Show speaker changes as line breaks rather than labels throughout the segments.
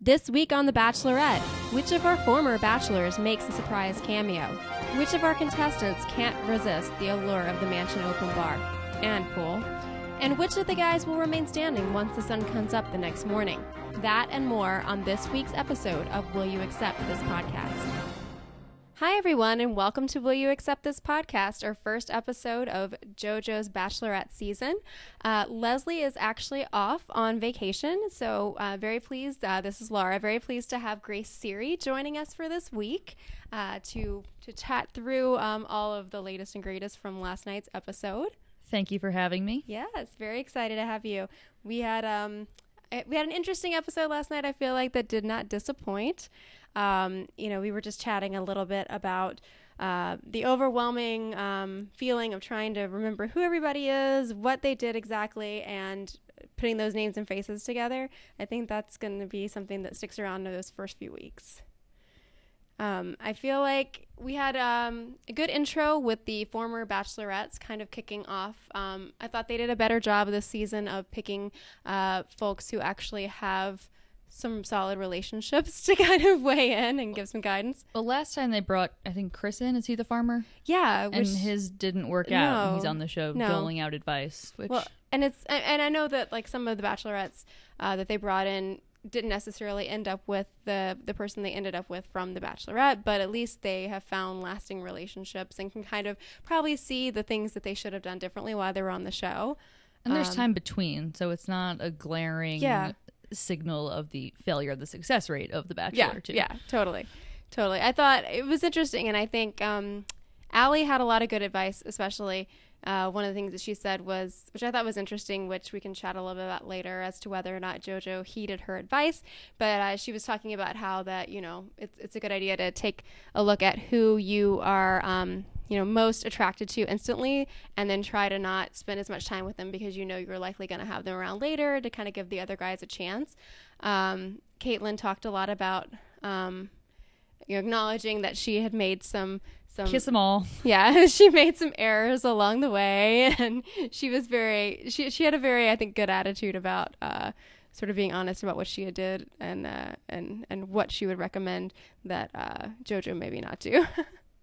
This week on The Bachelorette, which of our former bachelors makes a surprise cameo? Which of our contestants can't resist the allure of the mansion open bar and pool? And which of the guys will remain standing once the sun comes up the next morning? That and more on this week's episode of Will You Accept This Podcast? Hi, everyone, and welcome to Will You Accept This Podcast, our first episode of JoJo's Bachelorette season. Uh, Leslie is actually off on vacation, so uh, very pleased. Uh, this is Laura. Very pleased to have Grace Siri joining us for this week uh, to to chat through um, all of the latest and greatest from last night's episode.
Thank you for having me.
Yes, very excited to have you. We had um I- we had an interesting episode last night. I feel like that did not disappoint. Um, you know, we were just chatting a little bit about uh, the overwhelming um, feeling of trying to remember who everybody is, what they did exactly, and putting those names and faces together. I think that's going to be something that sticks around in those first few weeks. Um, I feel like we had um, a good intro with the former bachelorettes kind of kicking off. Um, I thought they did a better job this season of picking uh, folks who actually have some solid relationships to kind of weigh in and give some guidance.
Well, last time they brought, I think, Chris in. Is he the farmer?
Yeah,
And
which,
his didn't work out. and He's
No.
on the show
No.
doling out advice, which
well, and it's and- and I know that like some of the bachelorettes uh, that they brought in didn't necessarily end up with the the person they ended up with from the bachelorette but at least they have found lasting relationships and can kind of probably see the things that they should have done differently while they were on the show
and there's time between, so it's not a glaring
um, Yeah.
signal of the failure of the success rate of the Bachelor.
yeah
too.
yeah totally totally i thought it was interesting and i think um Allie had a lot of good advice especially uh, one of the things that she said was which i thought was interesting which we can chat a little bit about later as to whether or not jojo heeded her advice but uh, she was talking about how that you know it's, it's a good idea to take a look at who you are um, you know most attracted to instantly and then try to not spend as much time with them because you know you're likely going to have them around later to kind of give the other guys a chance um, caitlin talked a lot about um, you know, acknowledging that she had made some some
Kiss them all.
yeah she made some errors along the way and she was very she she had a very i think good attitude about uh sort of being honest about what she had did and uh and and what she would recommend that uh jojo maybe not do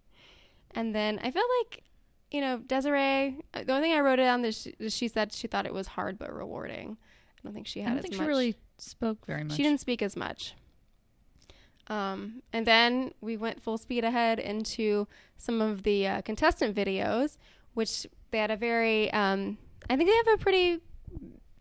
and then i felt like you know desiree uh, the only thing i wrote down that she, that she said she thought it was hard but rewarding i don't think she
I
had
don't
as
think
much
she really spoke very much.
she didn't speak as much. Um, and then we went full speed ahead into some of the uh, contestant videos, which they had a very, um, I think they have a pretty,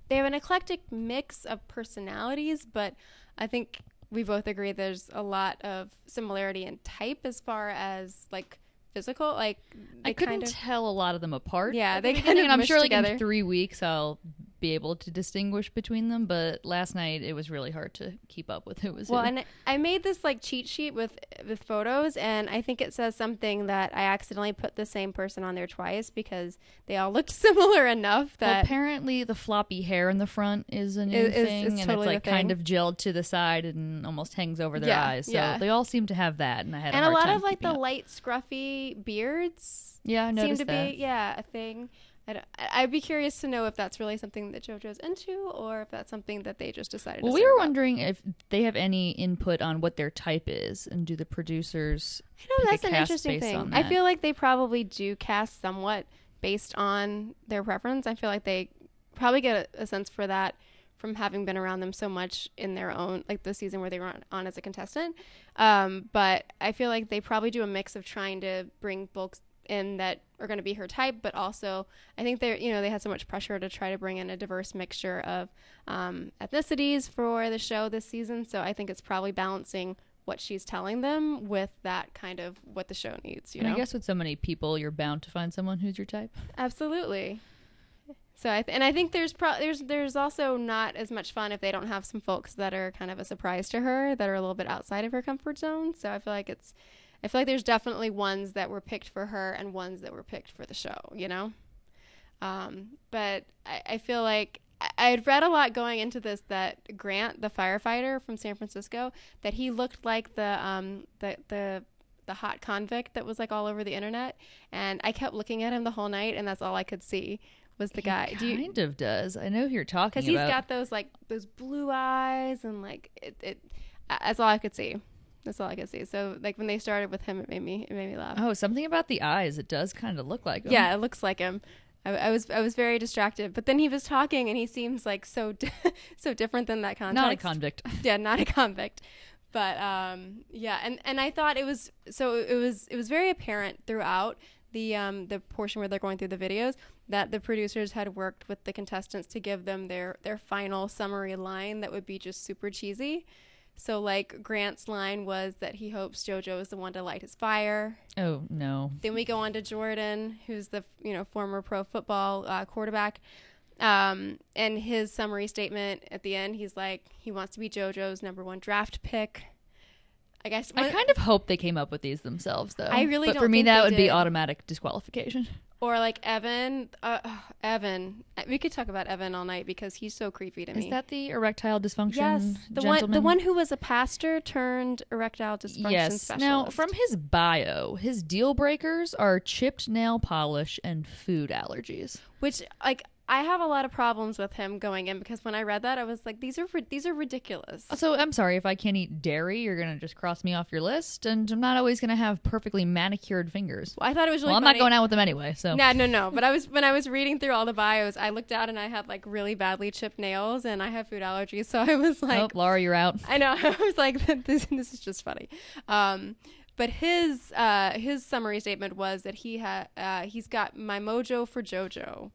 they have an eclectic mix of personalities, but I think we both agree there's a lot of similarity in type as far as like physical, like
I
they
couldn't
kind of-
tell a lot of them apart.
Yeah,
at
they
the
kind
beginning,
of
and I'm
mushed
sure like
together.
in three weeks I'll be able to distinguish between them. But last night it was really hard to keep up with who was
Well,
who.
and I made this like cheat sheet with with photos, and I think it says something that I accidentally put the same person on there twice because they all looked similar enough
Well,
that
apparently the floppy hair in the front is a new
Is- is-
thing,
is
and
totally
it's like
the
kind
thing.
of gelled to the side and almost hangs over their
Yeah,
eyes. So
yeah.
they all seem to have that, and I had
and a
hard
lot
time
of like
keeping
the
up.
light scruffy beards
yeah, I
seem
noticed
to
that.
be yeah a thing. I don't- I- I'd be curious to know if that's really something that JoJo's into, or if that's something that they just decided.
Well,
to
we
serve
were
up.
wondering if they have any input on what their type is, and do the producers?
I know
pick
that's
a
an
cast
interesting
based
thing.
on
I
that.
feel like they probably do cast somewhat based on their preference. I feel like they probably get a, a sense for that from having been around them so much in their own like the season where they were on, on as a contestant. Um, but I feel like they probably do a mix of trying to bring folks in that are going to be her type, but also I think they're you know they had so much pressure to try to bring in a diverse mixture of um, ethnicities for the show this season. So I think it's probably balancing what she's telling them with that kind of what the show needs. You
and
know,
I guess with so many people, you're bound to find someone who's your type.
absolutely. So I th- and I think there's pro- there's there's also not as much fun if they don't have some folks that are kind of a surprise to her that are a little bit outside of her comfort zone. So I feel like it's I feel like there's definitely ones that were picked for her and ones that were picked for the show. You know. Um, but I, I feel like I- I had read a lot going into this that Grant, the firefighter from San Francisco, that he looked like the um, the the the hot convict that was like all over the internet, and I kept looking at him the whole night, and that's all I could see was the guy. Do you?
kind of does. I know who you're talking
Because
about.
he's got those like those blue eyes and like it. it uh, that's all I could see. That's all I could see. So like when they started with him, it made me it made me laugh.
Oh, something about the eyes. It does kind of look like him.
Yeah, it looks like him. I, I was I was very distracted, but then he was talking, and he seems like so di- so different than that context.
Not a convict.
yeah, not a convict. But um, yeah, and and I thought it was so it was it was very apparent throughout the um, the portion where they're going through the videos that the producers had worked with the contestants to give them their their final summary line that would be just super cheesy. So like Grant's line was that he hopes JoJo is the one to light his fire.
Oh, no.
Then we go on to Jordan, who's the you know former pro football uh, quarterback. Um, and his summary statement at the end, he's like, he wants to be JoJo's number one draft pick. I guess
I kind of hope they came up with these themselves, though.
I really
But for
don't
me,
think
that
they
would
did.
be automatic disqualification.
or like Evan, uh, ugh, Evan. We could talk about Evan all night because he's so creepy to me.
Is that the erectile dysfunction?
yes, the one, the
gentleman?
one who was a pastor turned erectile dysfunction
Yes.
specialist.
Now, from his bio, his deal breakers are chipped nail polish and food allergies.
which like I have a lot of problems with him going in because when I read that, I was like, these are rid- these are ridiculous.
So I'm sorry if I can't eat dairy. You're gonna just cross me off your list, and I'm not always gonna have perfectly manicured fingers.
I thought it was really.
well, I'm
funny.
not going out with them anyway. So
No, no, no. But I was when I was reading through all the bios, I looked out and I had like really badly chipped nails, and I have food allergies, so I was like,
nope, Laura, you're out.
I know, I was like, this, this is just funny. Um, but his uh, his summary statement was that he had uh, he's got my mojo for JoJo.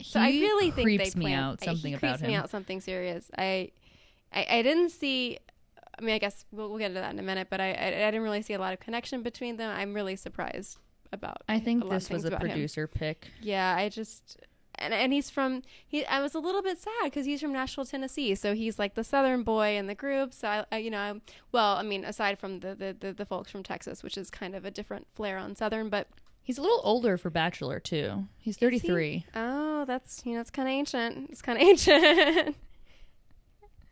So I
He
really think
creeps
they
me
plan-
out.
I-
Something
he
about
creeps me
him.
out something serious. I, I, I didn't see. I mean, I guess we'll, we'll get into that in a minute, but I, I, I didn't really see a lot of connection between them. I'm really surprised about.
I
a
think
lot of
this was
things
a
about him.
producer pick.
Yeah, I just and and he's from he. I was a little bit sad because he's from Nashville, Tennessee, so he's like the Southern boy in the group. So I, I you know, I'm, well, I mean, aside from the, the the the folks from Texas, which is kind of a different flair on Southern, but
He's a little older for Bachelor too. He's 33.
oh, that's you know, it's kind of ancient. It's kind of ancient.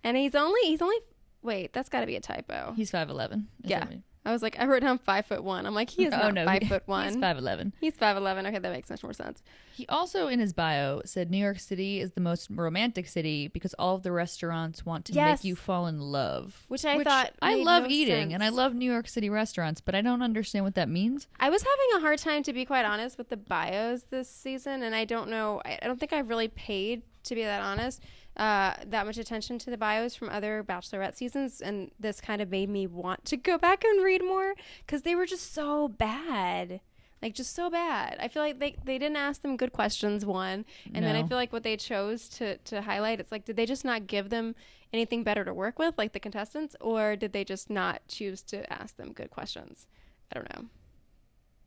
and he's only he's only wait, that's got to be a typo.
He's 5'11. is
Yeah.
what we-
I was like, I wrote down five foot one. I'm like, he is
Oh,
not
no,
five
he-
foot one.
He's 5'11.
He's five eleven. Okay, that makes much more sense.
He also, in his bio, said New York City is the most romantic city because all of the restaurants want to
Yes.
make you fall in love.
Which I thought
I
made
love
no
eating and I
sense.
love New York City restaurants, but I don't understand what that means.
I was having a hard time, to be quite honest, with the bios this season, and I don't know. I I don't think I've really paid, to be that honest, uh, that much attention to the bios from other Bachelorette seasons, and this kind of made me want to go back and read more because they were just so bad. Like just so bad. I feel like they, they didn't ask them good questions one, and then I
No.
feel like what they chose to to highlight. It's like did they just not give them anything better to work with, like the contestants, or did they just not choose to ask them good questions? I don't know.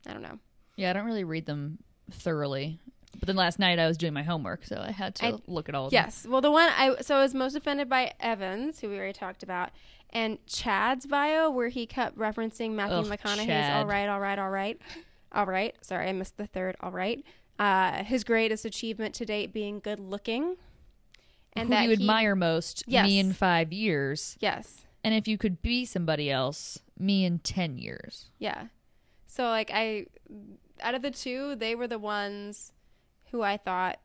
I don't know.
Yeah, I don't really read them thoroughly. But then last night I was doing my homework, so I had to
I-
look at all of them.
Yes. Well, the one I so I was most offended by Evans, who we already talked about, and Chad's bio where he kept referencing Matthew
Ugh,
McConaughey's
Chad.
"All right, all right, all right, all right." Sorry, I missed the third. All right. Uh, his greatest achievement to date being good looking, and
Who do
that
you
he-
admire most?
Yes.
Me in five years.
Yes.
And if you could be somebody else, me in 10 years.
Yeah. So like I out of the two, they were the ones who I thought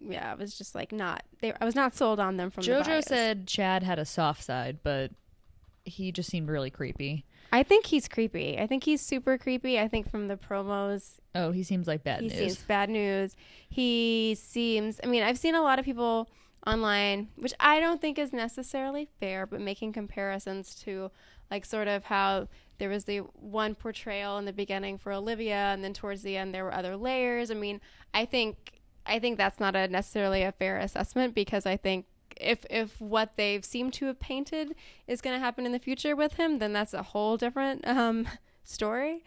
yeah, I was just like not they I was not sold on them from the
JoJo
bios.
said Chad had a soft side, but he just seemed really creepy.
I think he's creepy. I think he's super creepy. I think from the promos
Oh, he seems like bad
he
news.
seems bad news. He seems I mean, I've seen a lot of people online, which I don't think is necessarily fair, but making comparisons to like sort of how there was the one portrayal in the beginning for Olivia and then towards the end there were other layers. I mean, I think I think that's not a necessarily a fair assessment because I think if if what they've seemed to have painted is going to happen in the future with him, then that's a whole different um, story.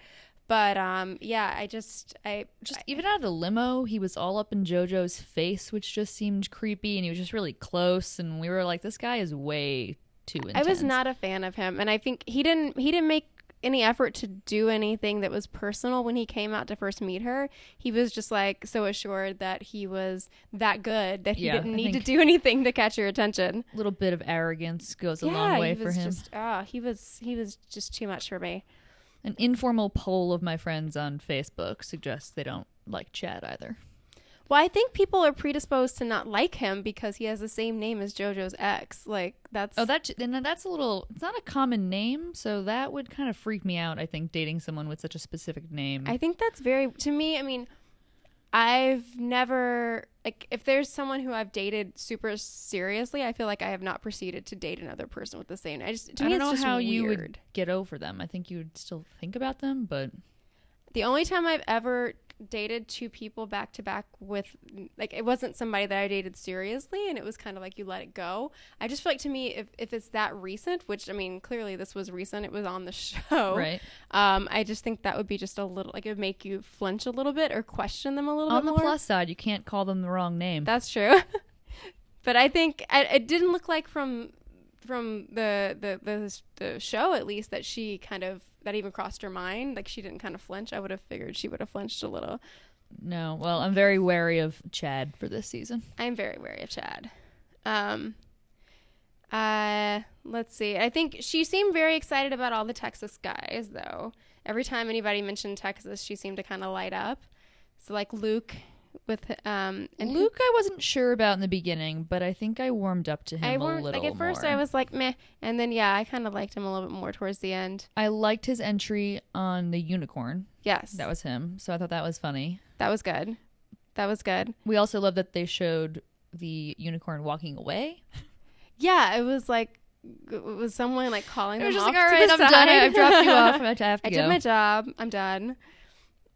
But um, yeah, I just I
just even out of the limo, he was all up in JoJo's face, which just seemed creepy, and he was just really close. And we were like, this guy is way too intense.
I was not a fan of him, and I think he didn't he didn't make any effort to do anything that was personal when he came out to first meet her. He was just like so assured that he was that good that he
Yeah,
didn't
I
need to
think-
do anything to catch your attention.
A little bit of arrogance goes a long way
he
for
was
him.
just oh, he was he was just too much for me.
An informal poll of my friends on Facebook suggests they don't like Chad either.
Well, I think people are predisposed to not like him because he has the same name as JoJo's ex. Like that's
Oh, that then that's a little. It's not a common name, so that would kind of freak me out. I think dating someone with such a specific name.
I think that's very to me. I mean, I've never like if there's someone who I've dated super seriously, I feel like I have not proceeded to date another person with the same. I just to
I
me
don't
it's
know
just
how
weird.
you would get over them. I think you would still think about them, but
The only time I've ever dated two people back to back with like it wasn't somebody that I dated seriously and it was kind of like you let it go. I just feel like to me if if it's that recent, which I mean clearly this was recent, it was on the show.
right
Um I just think that would be just a little like it would make you flinch a little bit or question them a little
on
bit
the
more.
plus side, you can't call them the wrong name.
That's true. but I think I, it didn't look like from from the, the the the show at least that she kind of that even crossed her mind. Like she didn't kind of flinch. I would have figured she would have flinched a little.
no, well, I'm very wary of Chad for this season.
I'm very wary of Chad. Um, uh, let's see. I think she seemed very excited about all the Texas guys, though. Every time anybody mentioned Texas, she seemed to kind of light up. So like Luke with um and
Luke, I wasn't sure about in the beginning, but I think I warmed up to him
I
a
weren't
little.
like at first I
more.
was like meh, and then yeah, I kind of liked him a little bit more towards the end.
I liked his entry on the unicorn.
Yes,
That was him, so I thought that was funny.
that was good. That was good.
We also love that they showed the unicorn walking away.
Yeah, it was like it was someone like calling
It
them
was just
off
like, all right,
to
I'm
the
done.
side.
I've dropped you off. I have to
I
go.
did my job. I'm done.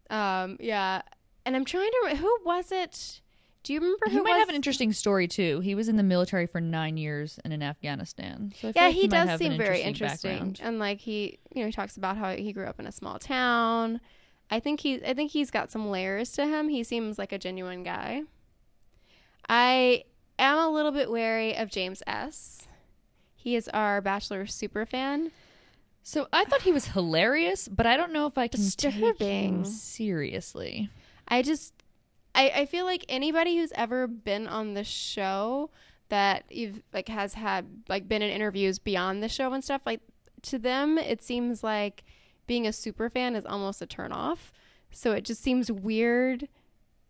Um, yeah, and I'm trying to. re- Who was it? Do you remember
He
who
might
was?
have an interesting story too. He was in the military for nine years and in Afghanistan. So I feel
yeah,
like
he,
might
does
have an
seem very interesting,
background.
and like he, you know, he talks about how he grew up in a small town. I think he, I think he's got some layers to him. He seems like a genuine guy. I am a little bit wary of James S. He is our Bachelor super fan.
So I thought he was hilarious, but I don't know if I can take him
Disturbing.
seriously.
I just I, I feel like anybody who's ever been on the show that you've like has had like been in interviews beyond the show and stuff like to them it seems like being a super fan is almost a turnoff. So it just seems weird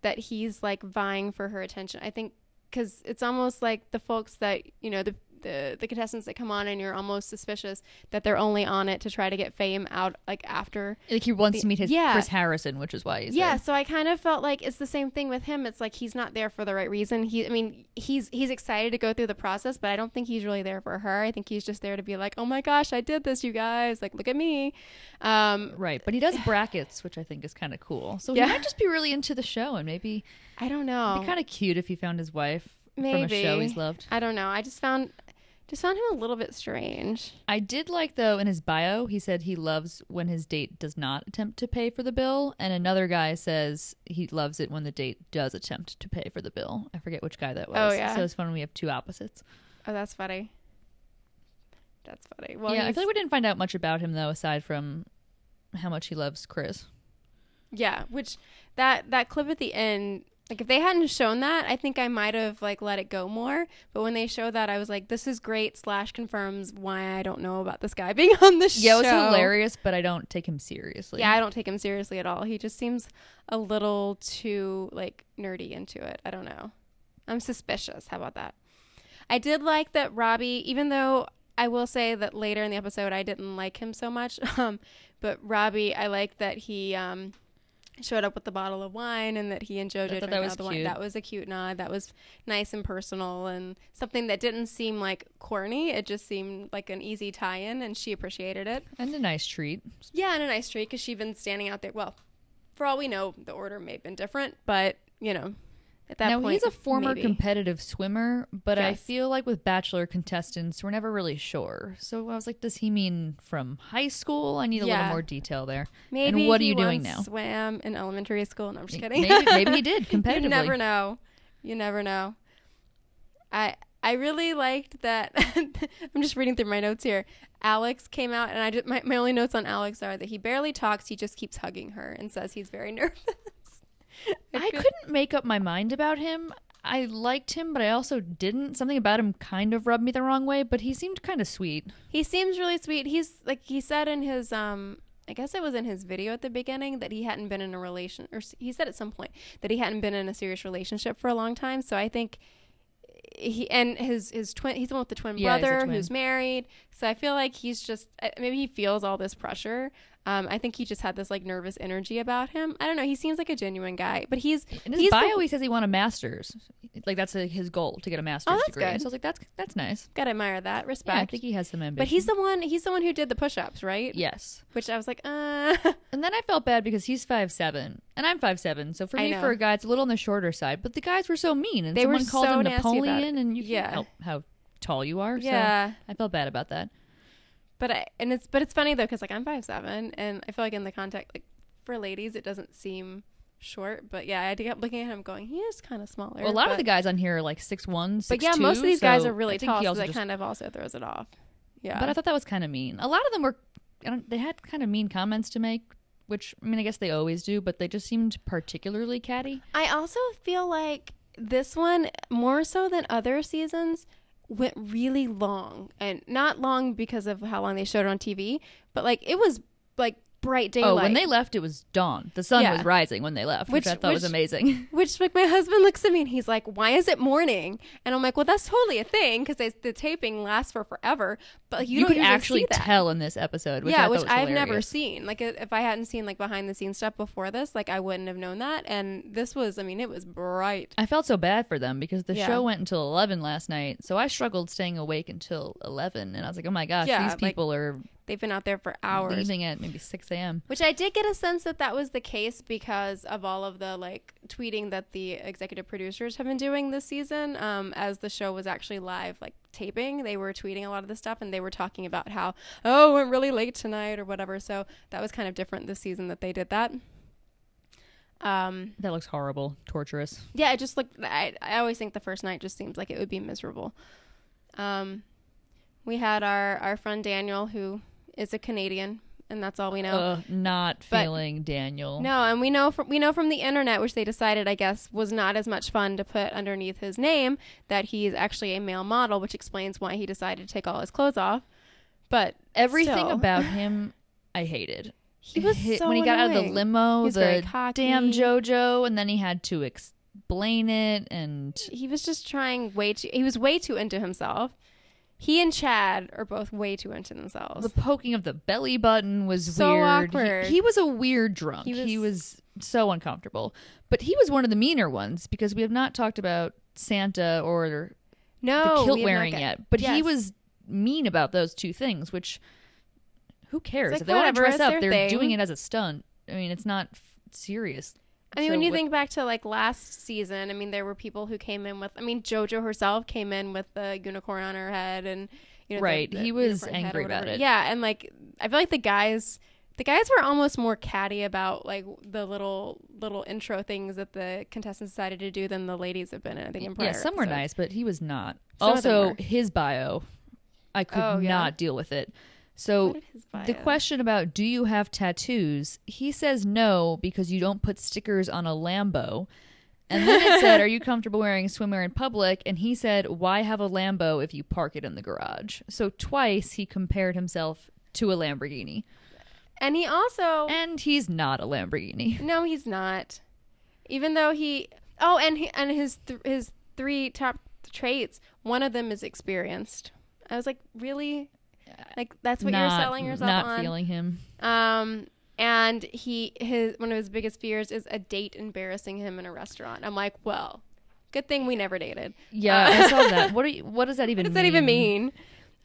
that he's like vying for her attention. I think because it's almost like the folks that you know the, the the contestants that come on and you're almost suspicious that they're only on it to try to get fame out like after
Like he wants to meet his
Yeah.
Chris Harrison, which is why he's
yeah
there.
so i kind of felt like it's the same thing with him it's like he's not there for the right reason he i mean he's he's excited to go through the process but i don't think he's really there for her i think he's just there to be like oh my gosh i did this you guys like look at me um
Right, but he does brackets, which I think is kind of cool. So
Yeah.
he might just be really into the show, and maybe
i don't know
kind of cute if he found his wife from a
Maybe.
show he's loved.
i don't know i just found just found him a little bit strange
I did like though in his bio he said he loves when his date does not attempt to pay for the bill, and another guy says he loves it when the date does attempt to pay for the bill. I forget which guy that was.
Oh, yeah.
So it's fun when we have two opposites.
oh that's funny that's funny well
yeah, I
he's-
feel like we didn't find out much about him though, aside from how much he loves Chris.
Yeah, which that that clip at the end, like if they hadn't shown that, I think I might have like let it go more. But when they show that, I was like, this is great. Slash confirms why I don't know about this guy being on the
Yeah,
show.
it was hilarious, but I don't take him seriously.
Yeah, I don't take him seriously at all. He just seems a little too like nerdy into it. I don't know. I'm suspicious. How about that? I did like that Robbie, even though I will say that later in the episode I didn't like him so much. Um, but Robbie, I like that he um showed up with the bottle of wine and that he and JoJo
thought
drank
that was
out the wine.
cute.
That was a cute nod. That was nice and personal and something that didn't seem like corny. It just seemed like an easy tie-in, and she appreciated it.
and a nice treat.
Yeah, and a nice treat because she'd been standing out there. Well, for all we know, the order may have been different, but you know, at that
now
point,
he's a former
maybe.
competitive swimmer, but I
Yes.
feel like with bachelor contestants, we're never really sure. So I was like, does he mean from high school? I need a little
Yeah.
more detail there.
Maybe
and what are
he
you doing
once
now?
Swam in elementary school. No, I'm just kidding.
Maybe, maybe he did competitively.
you never know. You never know. I I really liked that. I'm just reading through my notes here. Alex came out, and I just my, my only notes on Alex are that he barely talks. He just keeps hugging her and says he's very nervous.
I couldn't make up my mind about him. I liked him, but I also didn't. Something about him kind of rubbed me the wrong way, but he seemed kind of sweet.
He seems really sweet. He's like he said in his um I guess it was in his video at the beginning that he hadn't been in a relation, or s- he said at some point that he hadn't been in a serious relationship for a long time. So I think he and his his twin, he's the one with the twin
Yeah, he's a
brother
twin.
who's married. So I feel like he's just I- maybe he feels all this pressure. Um, I think he just had this like nervous energy about him. I don't know. He seems like a genuine guy, but he's
In his
he's the-
bio, he says he won a master's. Like that's uh his goal to get a master's
Oh, that's
degree.
good.
So I was like, that's that's nice.
gotta admire that
Yeah, I
respect.
think he has some ambition.
but he's the one. He's the one who did the push-ups, right?
yes.
Which I was like, uh,
And then I felt bad because he's five seven and I'm five seven. So for
I
me,
know.
for a guy, it's a little on the shorter side. But the guys were so mean, and
They were
someone called
so
him
nasty about
Napoleon,
it.
and you
Yeah.
can't help how tall you are.
Yeah.
So I felt bad about that.
but I, and it's but it's funny though because like I'm five seven and I feel like in the context like for ladies it doesn't seem short, but yeah, I had to kept looking at him going, he is kind of smaller.
Well, a lot
but,
of the guys on here are like six one, six
but yeah, most of these guys are really
I think
tall,
he
so
also
that
just-
kind of also throws it off. Yeah,
But I thought that was kind of mean. A lot of them were, I don't, they had kind of mean comments to make, which I mean, I guess they always do, but they just seemed particularly catty.
I also feel like this one more so than other seasons went really long and not long because of how long they showed it on TV, but like it was like bright daylight.
Oh, when they left, it was dawn. The sun
Yeah.
was rising when they left, which,
Which-
I thought was
which-
amazing.
Which like my husband looks at me and he's like, "Why is it morning?" And I'm like, "Well, that's totally a thing because the taping lasts for forever." But like, you,
You,
don't
could
usually
actually
see that.
tell in this episode, which I
yeah,
thought
which
was
I've never
hilarious.
seen. Like, if I hadn't seen like behind the scenes stuff before this, like I wouldn't have known that. And this was, I mean, it was bright.
I felt so bad for them because the
Yeah.
show went until eleven last night, so I struggled staying awake until eleven, and I was like, "Oh my gosh,
Yeah,
these
like,
people are
They've been out there for hours.
leaving at maybe six a.m."
Which I did get a sense that that was the case because of all of the like tweeting that the executive producers have been doing this season. Um, as the show was actually live, like taping, they were tweeting a lot of this stuff and they were talking about how, oh, we're really late tonight or whatever. So that was kind of different this season that they did that. Um,
That looks horrible, torturous.
yeah, it just looked. I, I always think the first night just seems like it would be miserable. Um, we had our, our friend Daniel, who is a Canadian, and that's all we know.
Ugh, not
But-
feeling Daniel.
No, and we know from we know from the internet, which they decided, I guess, was not as much fun to put underneath his name, that he is actually a male model, which explains why he decided to take all his clothes off. But
Everything
still,
about him, I hated.
he was
Hit-
so
when he got out of the
annoying.
limo.
He's very
the
cocky.
damn JoJo, and then he had to explain it, and
He was just trying way too. He was way too into himself. He and Chad are both way too into themselves.
the poking of the belly button was
So
weird.
awkward.
He, he was a weird drunk.
He
He
was-
was, so uncomfortable, but he was one of the meaner ones because we have not talked about Santa or the
no, Oh, we have
kilt
not
wearing
got-
yet. But he
Yes.
was mean about those two things, which who cares
like,
if they want
whatever,
to dress
it's
up?
their
They're
thing.
doing it as a stunt. I mean, it's not f- serious.
I mean,
So
when you
what-
think back to like last season, I mean, there were people who came in with. I mean, JoJo herself came in with the unicorn on her head, and you know, the-
Right,
the
he was
unicorn head or
angry about
whatever.
it.
Yeah, and like I feel like the guys, the guys were almost more catty about like the little little intro things that the contestants decided to do than the ladies have been. I think in prior
Yeah, some were
episodes.
nice, but he was not.
Some of them
also,
were.
his bio, I could
Oh, yeah.
not deal with it.
What
So
did his bio-
the question about do you have tattoos? He says no because you don't put stickers on a Lambo. And then it said, "Are you comfortable wearing swimwear in public?" And he said, "Why have a Lambo if you park it in the garage?" So twice he compared himself to a Lamborghini,
and he also
and he's not a Lamborghini.
No, he's not. Even though he oh, and he, and his th- his three top traits, one of them is experienced. I was like, really? Like that's what you're
Not-
selling yourself
Not
on.
feeling him.
Um, and he his one of his biggest fears is a date embarrassing him in a restaurant. I'm like, well, good thing we never dated.
Yeah, I saw that. What? Are you, what does that even?
What does that even mean?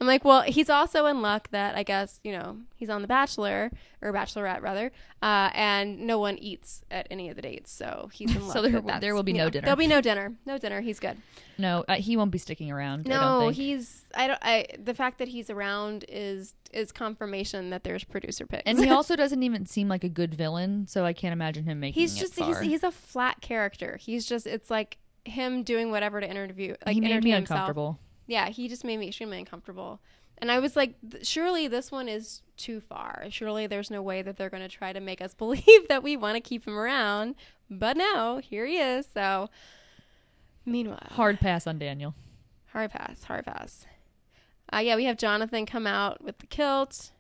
I'm like, well, he's also in luck that I guess you know he's on The Bachelor or Bachelorette rather, uh, and no one eats at any of the dates, so he's in luck.
there-
that that's-
there will be
you
no
know,
dinner.
There'll be no dinner. No dinner. He's good.
No, uh, he won't be sticking around. I don't
No,
think.
he's. I don't. I the fact that he's around is is confirmation that there's producer picks.
And he also doesn't even seem like a good villain, so I can't imagine him making.
he's
it
just he's,
far.
he's a flat character. He's just it's like him doing whatever to interview like
he made me
entertain himself.
uncomfortable.
yeah, he just made me extremely uncomfortable. And I was like, th- surely this one is too far. Surely there's no way that they're going to try to make us believe that we want to keep him around. But no, here he is. So, meanwhile,
Hard pass on Daniel.
hard pass, hard pass. Uh, yeah, we have Jonathan come out with the kilt,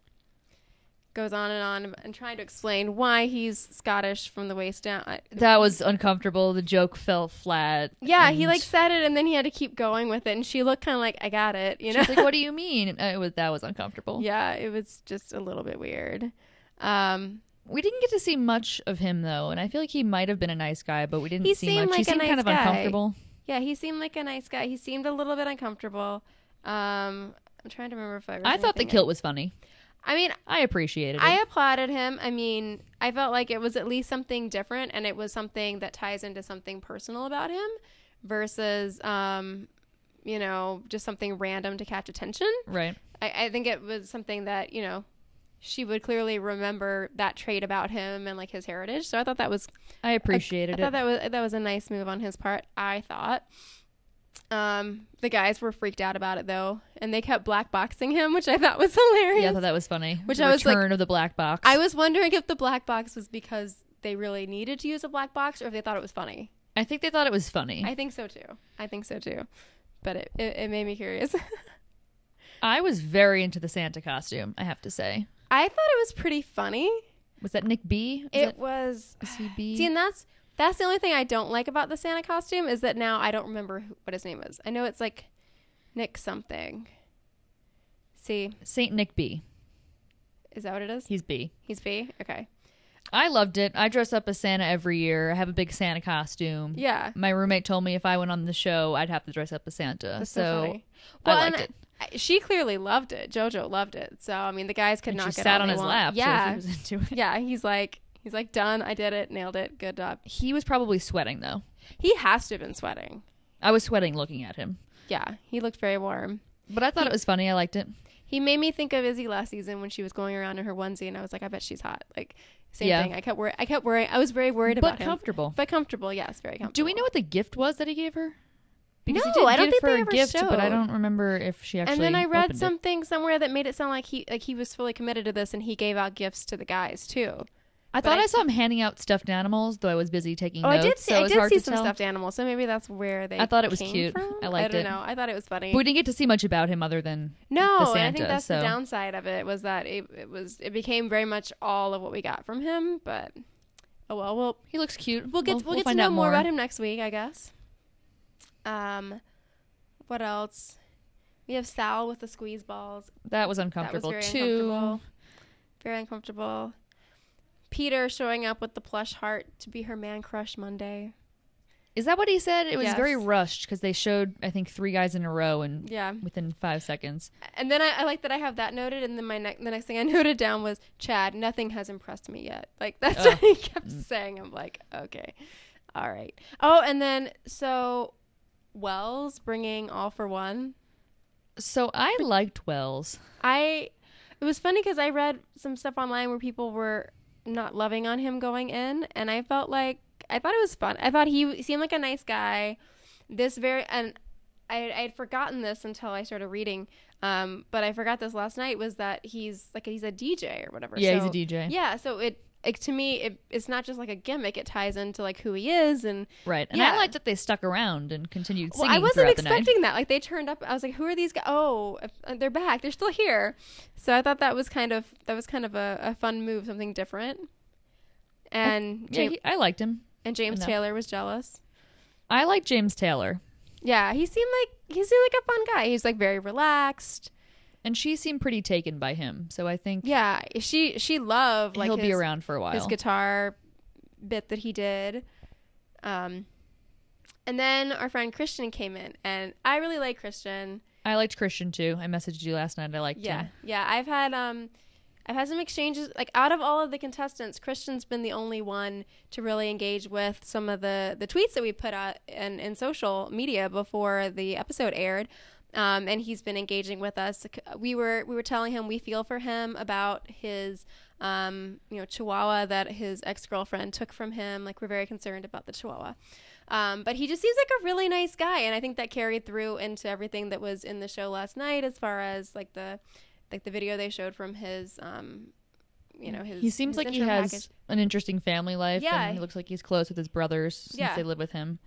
goes on and on and trying to explain why he's Scottish from the waist down. I-
That was uncomfortable. The joke fell flat.
Yeah, he
and
like said it and then he had to keep going with it. And she looked kind of like, I got it, you know?
she's like, "What do you mean?" And uh, it was that was uncomfortable.
yeah, it was just a little bit weird. Um,
We didn't get to see much of him though, and I feel like he might have been a nice guy, but we didn't
He
see
seemed
much.
like
he
a
seemed kind
nice
of
guy.
uncomfortable.
yeah, he seemed like a nice guy. He seemed a little bit uncomfortable. Um, I'm trying to remember if I. wrote
I thought the
anything
kilt was funny.
I mean,
I appreciated it.
I applauded him. I mean, I felt like it was at least something different, and it was something that ties into something personal about him, versus, um, you know, just something random to catch attention.
right.
I, I think it was something that you know she would clearly remember that trait about him and like his heritage. So I thought that was
I
I
appreciated it.
thought that was that was a nice move on his part. I thought. Um, the guys were freaked out about it though, and they kept black boxing him, which I thought was hilarious.
yeah, I thought that was funny.
Which
the
I was like-
return of the black box.
I was wondering if the black box was because they really needed to use a black box, or if they thought it was funny.
I think they thought it was funny.
I think so too. I think so too. But it it, it made me curious.
I was very into the Santa costume. I have to say,
I thought it was pretty funny.
was that Nick B? Is
It
that-
was
is he B?
See, and that's that's the only thing I don't like about the Santa costume is that now I don't remember who, what his name is. I know it's like Nick something. See,
Saint Nick B.
is that what it is?
He's B.
He's B. Okay.
I loved it. I dress up as Santa every year. I have a big Santa costume.
Yeah.
My roommate told me if I went on the show, I'd have to dress up as Santa.
That's so,
Uh, so
funny. Well,
liked
and
it.
I- she clearly loved it. Jojo loved it. So I mean, the guys could
and
not
she
get
sat on his lap.
Yeah.
so she was into it.
yeah. He's like. He's like, done. I did it. Nailed it. Good job.
He was probably sweating though.
He has to have been sweating.
I was sweating looking at him,
Yeah. He looked very warm.
but I thought it was funny. I liked it.
He made me think of Izzy last season when she was going around in her onesie, and I was like, I bet she's hot. Like same
Yeah.
thing. I kept worry. I kept worrying. I was very worried
But
about him.
comfortable.
But comfortable, yes, very comfortable.
Do we know what the gift was that he gave her?
No,
he did
I don't
give
think
her
they
a
ever
gift, but I
showed.
don't remember if she actually.
And then I
opened
read
it.
something somewhere that made it sound like he like he was fully committed to this, and he gave out gifts to the guys too.
I thought
I-
I, saw him handing out stuffed animals, though I was busy taking.
Oh, I
notes,
did see.
so it
I
was
did
hard
see
to
some
tell.
stuffed animals, so maybe that's where they.
I thought it was
came
cute.
from.
I liked
don't
it.
know. I thought it was funny.
But we didn't get to see much about him other than
no,
the
and I think
Santa,
that's the
so-
downside of it was that it, it was it became very much all of what we got from him. But oh well, we'll
he looks cute.
we'll get we'll, get to
find
know
out
more about him next week, I guess. Um, what else? We have Sal with the squeeze balls.
That was
That was
uncomfortable
very
too.
uncomfortable. Very uncomfortable. Peter showing up with the plush heart to be her man crush Monday.
Is that what he said? It was
Yes.
very rushed because they showed I think three guys in a row and
Yeah,
within five seconds.
and then I, I like that I have that noted, and then my ne- the next thing I noted down was Chad. Nothing has impressed me yet. Like that's
Ugh.
what he kept saying. I'm like, okay, all right. Oh, and then so Wells bringing all for one.
So I liked Wells.
I it was funny because I read some stuff online where people were not loving on him going in, and I felt like I thought it was fun. I thought he seemed like a nice guy. This very and I I had forgotten this until I started reading, um, but I forgot this last night was that he's like he's a DJ or whatever.
Yeah,
So-
he's a DJ.
Yeah, so it. Like, to me, it, it's not just like a gimmick. It ties into like who he is, and
Right. And
Yeah.
I liked that they stuck around and continued
well,
singing
I wasn't
throughout the night.
expecting that. Like they turned up. I was like, "Who are these guys? Oh, uh, they're back. They're still here." So I thought that was kind of that was kind of a, a fun move, something different. And
Yeah,
James,
he- I liked him.
and James
enough.
Taylor was jealous.
I like James Taylor.
Yeah, he seemed like he seemed like a fun guy. He's like very relaxed.
And she seemed pretty taken by him. So I think
Yeah, she she loved like
he'll be
his-
around for a while.
his guitar bit that he did. Um, and then our friend Christian came in, and I really like Christian.
I liked Christian too. I messaged you last night. I liked
Yeah,
him.
yeah. I've had um, I've had some exchanges. Like out of all of the contestants, Christian's been the only one to really engage with some of the the tweets that we put out in in social media before the episode aired. Um, and he's been engaging with us. We were we were telling him we feel for him about his um, you know Chihuahua that his ex girlfriend took from him. Like we're very concerned about the Chihuahua. Um, but he just seems like a really nice guy, and I think that carried through into everything that was in the show last night, as far as like the like the video they showed from his, um, you know, his.
He seems
his
like he
interim
has
package.
an interesting family life,
Yeah.
and he looks like he's close with his brothers since
Yeah.
they live with him.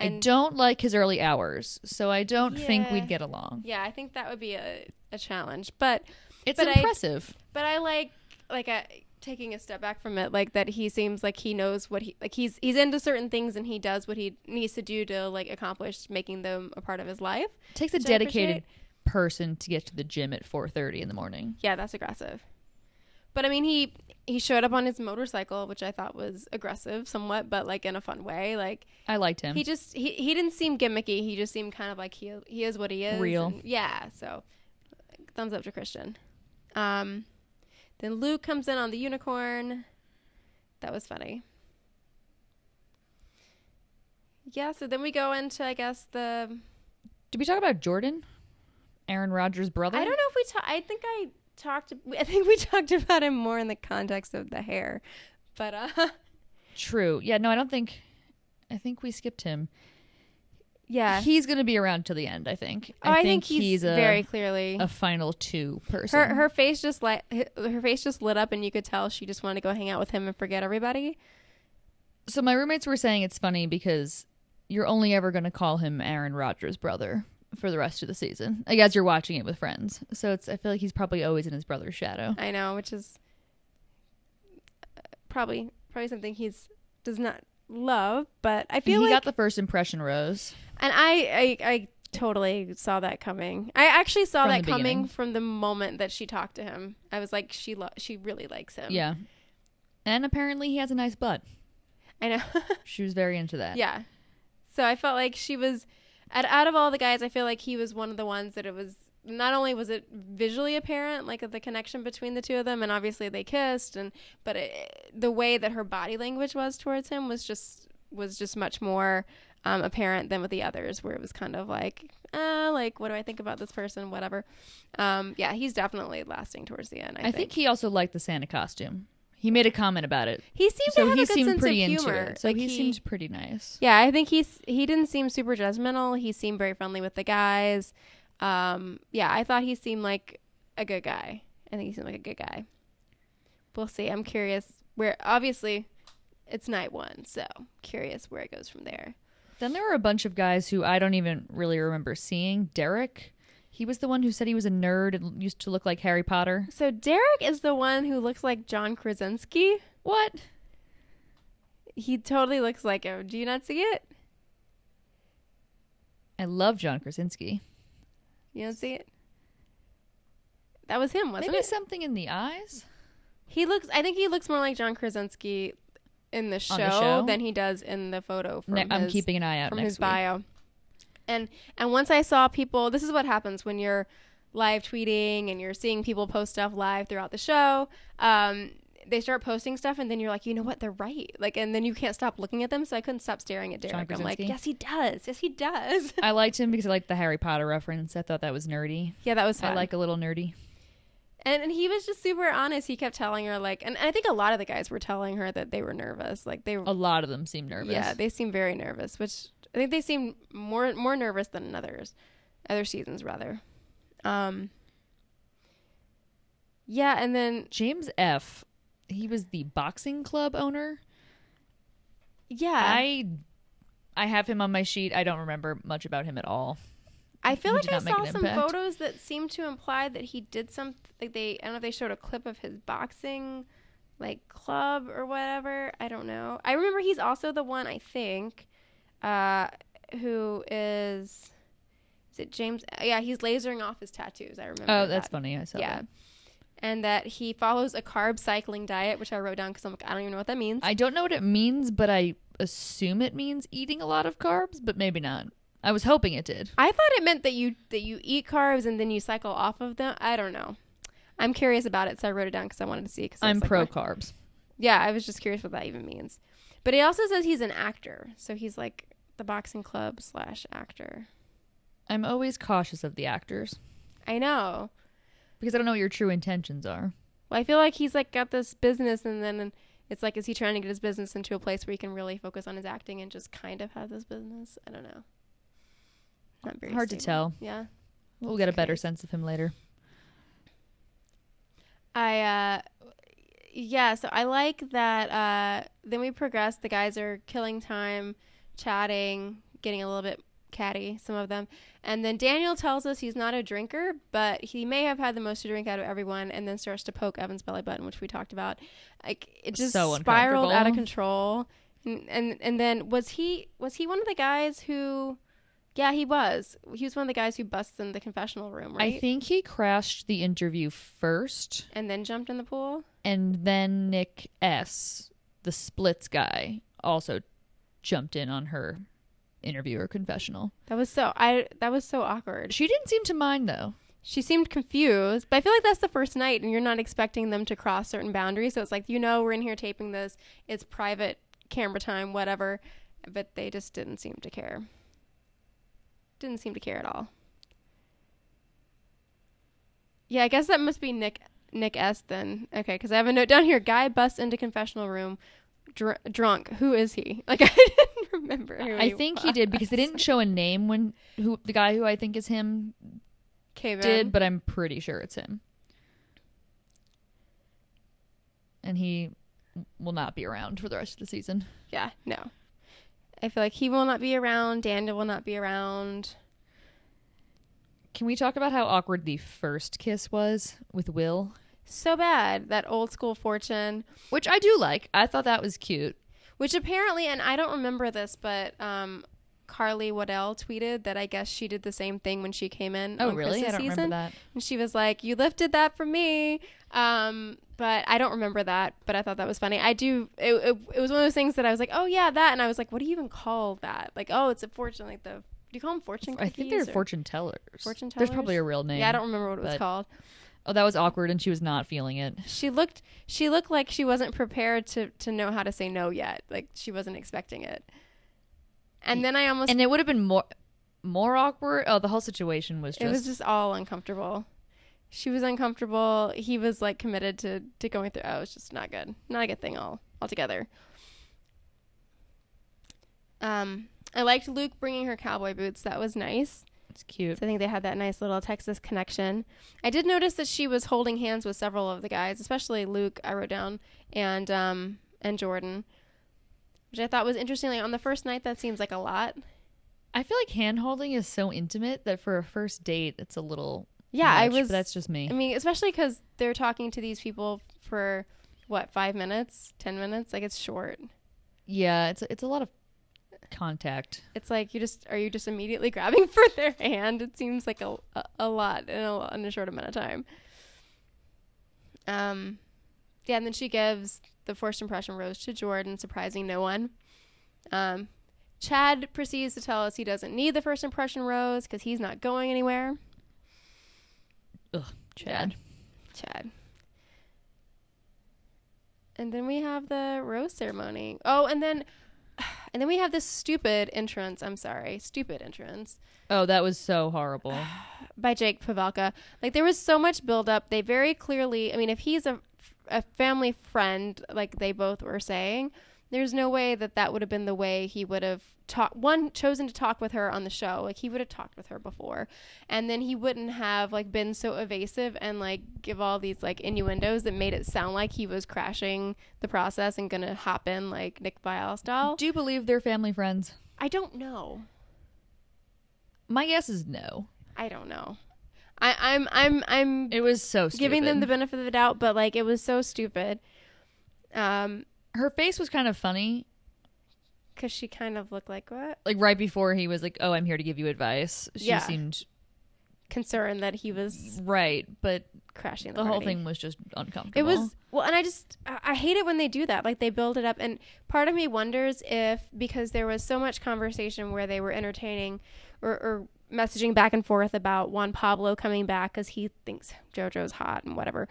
I
And-
don't like his early hours, so I don't think
Yeah.
we'd get along.
Yeah, I think that would be a, a challenge, but
It's
But I-
impressive.
but I like like a taking a step back from it like that he seems like he knows what he like he's he's into certain things and he does what he needs to do to like accomplish making them a part of his life
It takes a
Which I
dedicated
appreciate.
person to get to the gym at 4:30 in the morning.
yeah that's aggressive but i mean he he showed up on his motorcycle which i thought was aggressive somewhat but like in a fun way like
I liked him.
he just he, he didn't seem gimmicky he just seemed kind of like he he is what he is
Real.
and- yeah so thumbs up to christian um then luke comes in on the unicorn that was funny yeah so then we go into i guess the
Did we talk about Jordan? Aaron Rodgers' brother?
i don't know if we talk i think i talked i think we talked about him more in the context of the hair but uh
True. Yeah, no, I don't think I think we skipped him.
yeah
He's going to be around till the end, I think.
Oh, I, think, he's,
a
very clearly
a final two person.
Her her face just light her face just lit up, and you could tell she just wanted to go hang out with him and forget everybody.
so my roommates were saying it's funny because you're only ever going to call him Aaron Rodgers' brother for the rest of the season. Like as you're watching it with friends. So it's I feel like he's probably always in his brother's shadow.
I know, which is uh, probably probably something he's does not love, but I
And he
feel like
got the first impression rose.
and I, I I totally saw that coming. I actually saw
From
that
the
coming
beginning.
from the moment that she talked to him. I was like, she lo- she really likes him.
Yeah. And apparently he has a nice butt.
I know.
She was very into that.
Yeah. So I felt like she was, out, out of all the guys, I feel like he was one of the ones that it was. Not only was it visually apparent, like the connection between the two of them, and obviously they kissed, and but it, the way that her body language was towards him was just was just much more um, apparent than with the others, where it was kind of like, uh, like what do I think about this person, whatever. Um, yeah, he's definitely lasting towards the end. I,
I think he also liked the Santa costume. He made a comment about it.
he seemed to
So
have
he
a good
seemed
sense of
pretty into
humor.
it. So
Like,
he, seemed pretty nice.
Yeah, I think he's he didn't seem super judgmental. He seemed very friendly with the guys. Um, yeah, I thought he seemed like a good guy. I think he seemed like a good guy. We'll see. I'm curious where. Obviously, it's night one, so curious where it goes from there.
Then there were a bunch of guys who I don't even really remember seeing. Derek, he was the one who said he was a nerd and used to look like Harry Potter.
So Derek is the one who looks like John Krasinski.
What?
He totally looks like him. Do you not see it?
I love John Krasinski.
You don't see it. That was him, wasn't
Maybe
it?
something in the eyes.
He looks. I think he looks more like John Krasinski in the show,
On the show?
than he does in the photo from
Ne- I'm
his,
keeping an eye out
from
next
his
week.
bio. And and once I saw people, this is what happens when you're live tweeting and you're seeing people post stuff live throughout the show. Um, they start posting stuff, and then you're like, you know what? They're right. Like, and then you can't stop looking at them. So I couldn't stop staring at
John
Derek. I'm like,
Krasinski?
yes, he does. Yes, he does.
I liked him because I liked the Harry Potter reference. I thought that was nerdy.
yeah, that was fun.
I like a little nerdy.
And, and he was just super honest. He kept telling her like, and I think a lot of the guys were telling her that they were nervous. Like they were
A lot of them seem nervous.
Yeah, they seem very nervous, which I think they seem more more nervous than in others, other seasons rather. Um, yeah, and then
James F. He was the boxing club owner.
yeah,
I I have him on my sheet. I don't remember much about him at all.
I, feel
he
like
did
I
not make
saw
an
some
impact.
photos that seemed to imply that he did some like they I don't know if they showed a clip of his boxing like club or whatever. I don't know. I remember he's also the one I think uh, who is. Is it James? Yeah, he's lasering off his tattoos. I remember.
Oh,
that.
that's funny. I saw
yeah.
that.
And that he follows a carb cycling diet, which I wrote down because I'm like, I don't even know what that means.
I don't know what it means, but I assume it means eating a lot of carbs, but maybe not. I was hoping it did.
I thought it meant that you that you eat carbs and then you cycle off of them. I don't know. I'm curious about it, so I wrote it down because I wanted to see. Cause I
I'm
was like,
pro
what-
carbs.
Yeah, I was just curious what that even means. But he also says he's an actor, so he's like the boxing club slash actor.
I'm always cautious of the actors
I know.
because I don't know what your true intentions are.
Well, I feel like he's like got this business, and then it's like, is he trying to get his business into a place where he can really focus on his acting and just kind of have this business? I don't know. Not very
Hard to
stable.
tell.
Yeah,
We'll get a better
curious.
sense of him later.
I. uh Yeah, so I like that. uh Then we progress. The guys are killing time, chatting, getting a little bit catty, some of them. And then Daniel tells us he's not a drinker, but he may have had the most to drink out of everyone, and then starts to poke Evan's belly button, which we talked about. Like it just
So
spiraled out of
uncomfortable.
control. And, and and then was he was he one of the guys who? Yeah, he was. He was one of the guys who busts in the confessional room, right?
I think he crashed the interview first,
and then jumped in the pool.
and then Nick S, the splits guy, also jumped in on her interview or confessional.
That was so I that was so awkward.
She didn't seem to mind though.
She seemed confused, but I feel like that's the first night and you're not expecting them to cross certain boundaries. So it's like, you know, we're in here taping this. It's private camera time, whatever. But they just didn't seem to care. Didn't seem to care at all. Yeah, I guess that must be Nick Nick S then. Okay, cuz I have a note down here. Guy busts into confessional room dr- drunk. Who is he? Like I didn't remember. Who
I think he did because they didn't show a name when who the guy who I think is him
Cave
did, but I'm pretty sure it's him. And he will not be around for the rest of the season.
Yeah, no. I feel like he will not be around. Daniel will not be around.
Can we talk about how awkward the first kiss was with Will?
So bad that old school fortune,
Which I do like. I thought that was cute.
which apparently, and I don't remember this, but um, Carly Waddell tweeted that I guess she did the same thing when she came in.
Oh,
on
really? I
Christmas
don't
season.
remember that.
And she was like, "You lifted that for me," um, but I don't remember that. But I thought that was funny. I do. It, it, it was one of those things that I was like, "Oh yeah, that," and I was like, "What do you even call that?" Like, "Oh, it's a fortune." Like the do you call them fortune?
I think they're
cookies or-
fortune tellers.
Fortune
There's probably a
tellers?
real name.
Yeah, I don't remember what it was
but-
called.
Oh, that was awkward, and she was not feeling it.
she looked she looked like she wasn't prepared to to know how to say no yet like she wasn't expecting it and then i almost
And it would have been more more awkward. Oh, the whole situation was just.
it was just all uncomfortable she was uncomfortable he was like committed to to going through oh it's just not good not a good thing all altogether um i liked luke bringing her cowboy boots that was nice
it's cute.
So I think they had that nice little Texas connection. I did notice that she was holding hands with several of the guys, especially Luke. I wrote down and um and Jordan, which I thought was interesting. Like on the first night, that seems like a lot.
I feel like hand holding is so intimate that for a first date, it's a little.
Yeah, I
much, but
was.
that's just me.
I mean, especially because they're talking to these people for what five minutes, ten minutes. Like it's short.
yeah, it's it's a lot of contact.
It's like you just are you just immediately grabbing for their hand? It seems like a a, a lot in a, in a short amount of time. Um, yeah, and then she gives the first impression rose to Jordan, surprising no one. Um, Chad proceeds to tell us he doesn't need the first impression rose because he's not going anywhere.
Ugh, Chad.
Chad. And then we have the rose ceremony. Oh, and then and then we have this stupid entrance. I'm sorry, stupid entrance.
Oh, that was so horrible.
by Jake Pavelka. Like there was so much buildup. They very clearly, I mean, if he's a, a family friend, like they both were saying, there's no way that that would have been the way he would have talked. One chosen to talk with her on the show, like he would have talked with her before, and then he wouldn't have like been so evasive and like give all these like innuendos that made it sound like he was crashing the process and gonna hop in like Nick Vial style.
Do you believe they're family friends?
I don't know.
My guess is no.
I don't know. I, I'm I'm I'm
It was so stupid.
giving them the benefit of the doubt, but like it was so stupid. Um,
her face was kind of funny,
because she kind of looked like what
like right before he was like, "Oh, I'm here to give you advice." She
Yeah.
seemed
concerned that he was
right, but
crashing the,
the whole
party.
thing was just
It
uncomfortable.
was well, and I just I I hate it when they do that. Like they build it up, and part of me wonders if because there was so much conversation where they were entertaining or, or messaging back and forth about Juan Pablo coming back because he thinks JoJo's hot and whatever.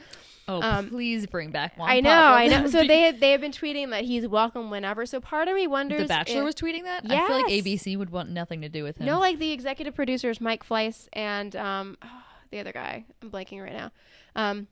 Oh,
um,
please bring back Juan.
I know,
Pablo.
I know.
That
So
would be-
they had, they have been tweeting that he's welcome whenever. So part of me wonders
The Bachelor
if-
was tweeting that. I feel like
Yes.
ABC would want nothing to do with him.
No, like the executive producers, Mike Fleiss and um, the other guy. I'm blanking right now. Um,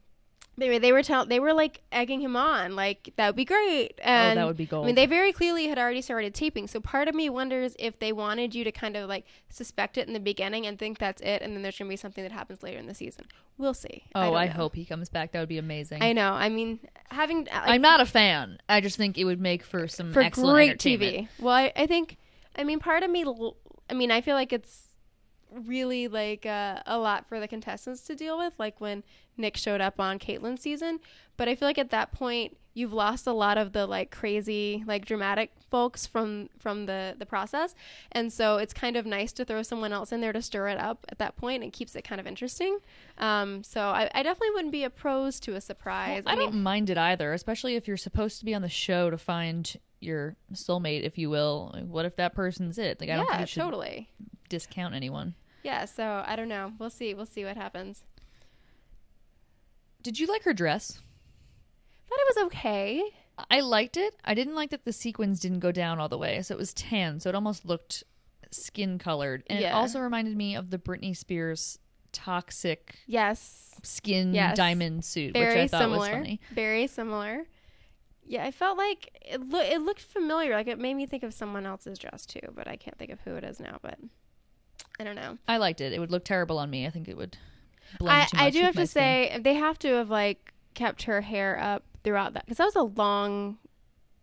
but anyway, they were tell they were like egging him on, like that would be great, and
Oh, that would be
I
gold.
mean, they very clearly had already started taping, so part of me wonders if they wanted you to kind of like suspect it in the beginning and think that's it, and then there's gonna be something that happens later in the season. We'll see.
oh,
don't
I,
know.
hope he comes back. That would be amazing.
I know. I mean, having uh, like,
I'm not a fan. I just think it would make for some
for
excellent
great TV.
entertainment.
Well, I, I think, I mean, part of me l- I mean, I feel like it's really like uh, a lot for the contestants to deal with, like when Nick showed up on Caitlyn's season. But I feel like at that point, you've lost a lot of the like crazy, like dramatic folks from from the the process, and so it's kind of nice to throw someone else in there to stir it up at that point and keeps it kind of interesting. Um, so I, I definitely wouldn't be opposed to a surprise.
I, don't mind it either, especially if you're supposed to be on the show to find your soulmate, if you will. Like, what if that person's it? Like, I don't think
yeah,
you should
totally.
discount anyone.
Yeah, so I don't know. We'll see. We'll see what happens.
Did you like her dress?
Thought it was okay.
I liked it. I didn't like that the sequins didn't go down all the way, so it was tan, so it almost looked skin colored, and it
Yeah.
also reminded me of the Britney Spears toxic
Yes.
skin
Yes.
diamond suit, which
Very
I thought
similar.
was funny.
Very similar. Yeah, I felt like it, loo- it looked familiar. Like it made me think of someone else's dress too, but I can't think of who it is now. But I don't know.
I liked it. It would look terrible on me. I think it would. Blend
I,
too
I
much
do
with
have
my
to
skin.
say they have to have like kept her hair up throughout that because that was a long,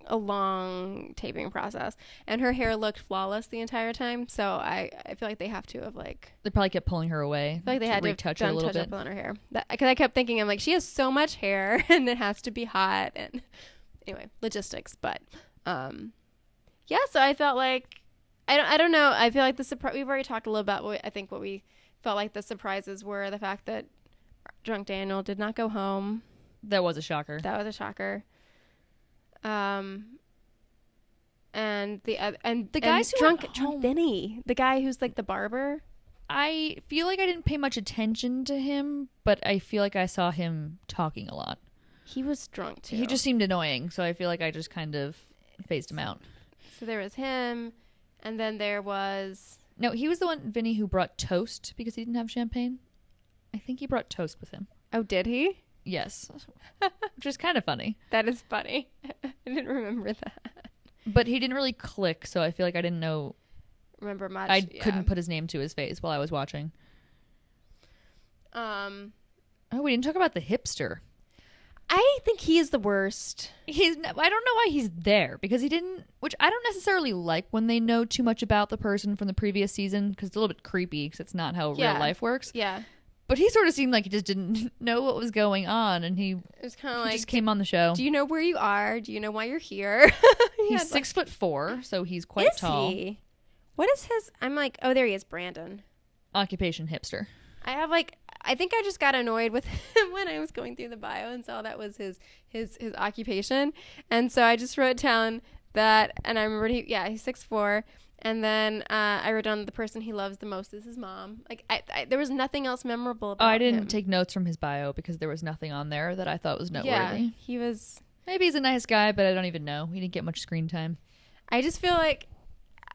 a long taping process, and her hair looked flawless the entire time. So I I feel like they have to have like
they probably kept pulling her away.
I feel like they had to have
retouch her
done
a little
touch
bit.
up on her hair. Because I kept thinking, I'm like, she has so much hair and it has to be hot. And anyway, logistics. But um, yeah, so I felt like I don't I don't know. I feel like the surprise. We've already talked a little about what I think what we felt like the surprises were. The fact that drunk Daniel did not go home.
That was a shocker.
That was a shocker. Um. And the oth- and
The
and
guys who went
drunk drunk
home-
Benny, the guy who's like the barber.
I feel like I didn't pay much attention to him, but I feel like I saw him talking a lot.
He was drunk too.
He just seemed annoying, so I feel like I just kind of phased him out.
So there was him, and then there was
No, he was the one, Vinny, who brought toast because he didn't have champagne. I think he brought toast with him.
oh, did he?
Yes. Which is kind of funny.
That is funny. I didn't remember that.
But he didn't really click, so I feel like I didn't know.
Remember much.
I
yeah.
couldn't put his name to his face while I was watching.
Um,
Oh, we didn't talk about the hipster.
I think he is the worst.
He's. n- I don't know why he's there because he didn't. Which I don't necessarily like when they know too much about the person from the previous season because it's a little bit creepy because it's not how
Yeah.
real life works.
Yeah,
But he sort of seemed like he just didn't know what was going on, and he,
it was kind
he
of Oh, like,
just came on the show.
do you know where you are? Do you know why you're here? He
he's
had,
six foot four, so he's
like,
quite
is
tall.
he? What is his? I'm like, oh, there he is, Brandon.
Occupation hipster.
I have like I think I just got annoyed with him when I was going through the bio and saw that was his his his occupation, and so I just wrote down that, and I remembered he yeah he's six four, and then uh, I wrote down the person he loves the most is his mom. Like I, I there was nothing else memorable. about
Oh, I didn't
him.
take notes from his bio because there was nothing on there that I thought was
Yeah,
noteworthy.
he was.
Maybe he's a nice guy, but I don't even know. He didn't get much screen time.
I just feel like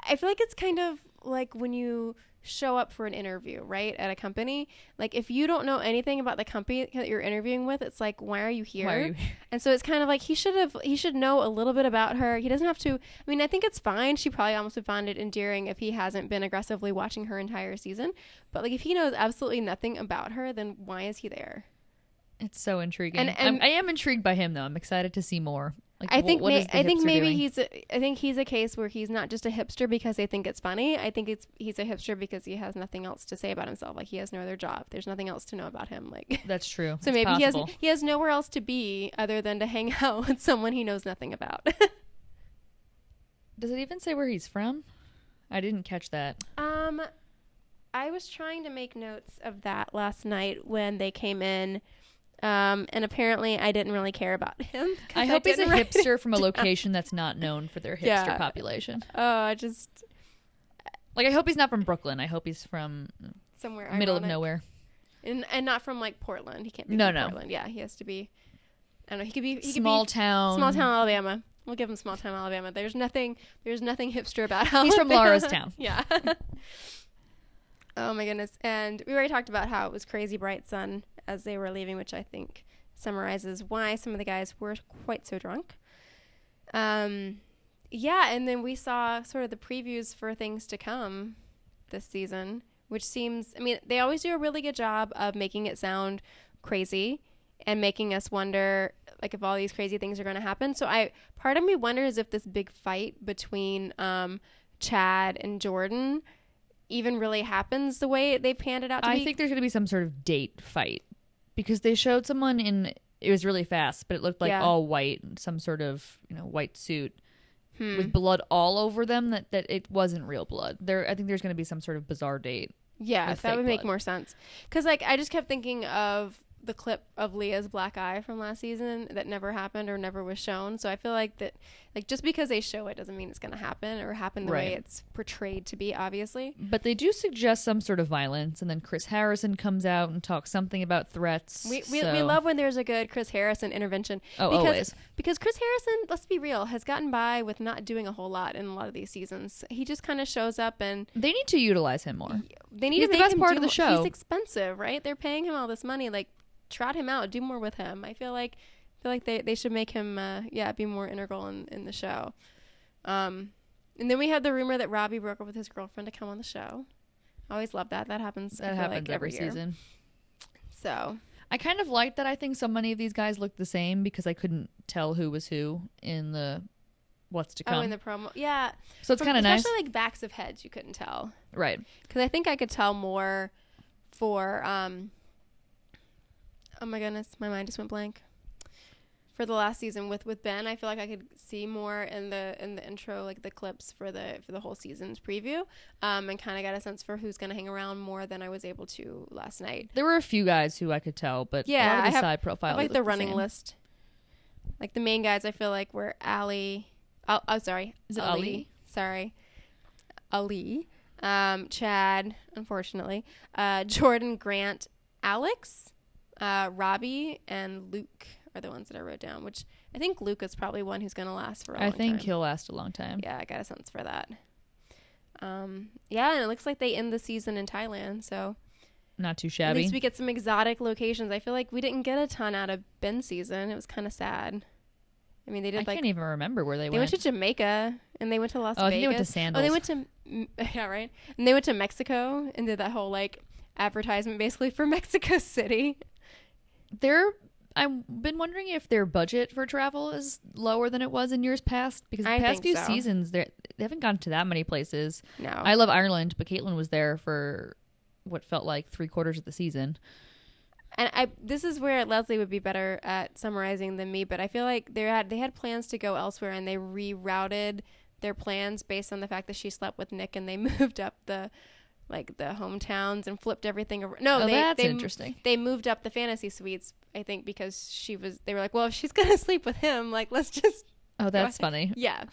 I feel like it's kind of like when you show up for an interview, right, at a company. Like if you don't know anything about the company that you're interviewing with, it's like why are you here?
Why are you
And so it's kind of like he should have he should know a little bit about her. He doesn't have to. I mean, I think it's fine. She probably almost would find it endearing if he hasn't been aggressively watching her entire season. But like if he knows absolutely nothing about her, then why is he there?
It's so intriguing.
And-
I'm-
and-
I am intrigued by him, though. I'm excited to see more. Like,
I
wh-
think
what
may,
is the
I think
hipster
maybe
doing?
he's a, I think he's a case where he's not just a hipster because they think it's funny. I think it's he's a hipster because he has nothing else to say about himself. Like he has no other job. There's nothing else to know about him. Like
That's true.
so
It's
maybe he has
possible.
he has nowhere else to be other than to hang out with someone he knows nothing about.
Does it even say where he's from? I didn't catch that.
Um, I was trying to make notes of that last night when they came in, um, and apparently I didn't really care about him. 'cause
I hope he's a
didn't write it.
hipster from a location that's not known for their hipster
Yeah.
population.
Oh, I just
Like, I hope he's not from Brooklyn. I hope he's from
somewhere
middle of
ironic.
nowhere.
and and not from like Portland. He can't be
No,
from
no.
Portland. Yeah, he has to be. I don't know. He could be he
Small
could be
town.
small town Alabama. We'll give him small town Alabama. There's nothing. There's nothing hipster about Alabama.
He's from Laura's town.
yeah. oh my goodness! And we already talked about how it was crazy bright sun as they were leaving, which I think summarizes why some of the guys were quite so drunk. Um, yeah, and then we saw sort of the previews for things to come this season, which seems. I mean, they always do a really good job of making it sound crazy and making us wonder like if all these crazy things are going to happen. So I part of me wonders if this big fight between um, Chad and Jordan even really happens the way they panned it out to
I
be.
think there's going to be some sort of date fight because they showed someone in it was really fast, but it looked like
Yeah.
all white, some sort of you know white suit
Hmm.
with blood all over them. That that it wasn't real blood. There, I think there's going to be some sort of bizarre date.
yeah,
with
that
fake
would make
blood.
more sense. Because like I just kept thinking of the clip of Leah's black eye from last season that never happened or never was shown. So I feel like that like just because they show it doesn't mean it's going to happen or happen the way
Right.
it's portrayed to be. Obviously,
But they do suggest some sort of violence, and then Chris Harrison comes out and talks something about threats.
we we, we
so-
love when there's a good Chris Harrison intervention.
Oh,
because,
always.
Because Chris Harrison, let's be real, has gotten by with not doing a whole lot in a lot of these seasons. He just kind of shows up and
They need to utilize him more.
they need
He's
to
the
make
best
him
part
do
of the
mo-
show.
He's expensive, right? They're paying him all this money. Like, trot him out. Do more with him. I feel like, feel like they, they should make him, uh, yeah, be more integral in, in the show. Um, and then we had the rumor that Robbie broke up with his girlfriend to come on the show. I always love that. That happens. I
That
feel
happens
like
every,
every, year.
season.
So
I kind of like that. I think so many of these guys look the same because I couldn't tell who was who in the what's to come.
oh, in the promo, yeah.
so it's
From-
kind of nice,
Especially like backs of heads, you couldn't tell.
right?
because I think I could tell more for um. Oh my goodness, my mind just went blank. For the last season with with Ben, I feel like I could see more in the in the intro, like the clips for the for the whole season's preview, um, and kind of got a sense for who's gonna hang around more than I was able to last night.
There were a few guys who I could tell, but yeah, a
Yeah,
lot of the
I have-
side
I
profile,
like the running list, like the main guys. I feel like were Ali. Oh, oh sorry,
Is it Ali?
Sorry, Ali. Um, Chad, unfortunately, uh, Jordan, Grant, Alex, uh, Robbie, and Luke are the ones that I wrote down. Which I think Luke is probably one who's going to last for. a
I
long
think
time.
he'll last a long time.
Yeah, I got a sense for that. Um, yeah, and it looks like they end the season in Thailand, so
Not too
at
shabby.
least we get some exotic locations. I feel like we didn't get a ton out of Ben season. It was kind of sad. I mean, they
I
did like
can't even remember where they,
they
went.
went to Jamaica and they went to Las
Oh, I think they
Vegas.
went to
oh, they went to mm, yeah, right. And they went to Mexico and did that whole like advertisement basically for Mexico City.
They're. I've been wondering if their budget for travel is lower than it was in years past because the
I think
past few
so. Oh.
seasons they're- they haven't gone to that many places.
No,
I love Ireland, but Caitlin was there for what felt like three quarters of the season.
and I this is where Leslie would be better at summarizing than me, but I feel like they had they had plans to go elsewhere and they rerouted their plans based on the fact that she slept with Nick and they moved up the like the hometowns and flipped everything around. No,
Oh,
they,
that's
they-
interesting.
They moved up the fantasy suites, I think, because she was. They were like, well, if she's gonna sleep with him, like let's just
Oh, that's funny.
yeah.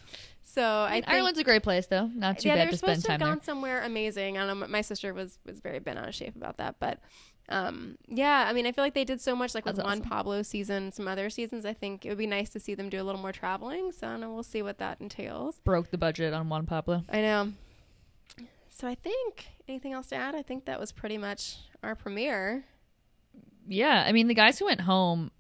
So I, think,
Ireland's a great place, though. Not too
yeah,
bad
they were
to spend
supposed to have
time there.
gone somewhere amazing. I don't know. My sister was was very bent out of shape about that, but um, yeah. I mean, I feel like they did so much, like with
That's
Juan
awesome.
Pablo season, some other seasons. I think it would be nice to see them do a little more traveling. So I don't know. We'll see what that entails.
Broke the budget on Juan Pablo.
I know. So I think anything else to add? I think that was pretty much our premiere.
Yeah, I mean the guys who went home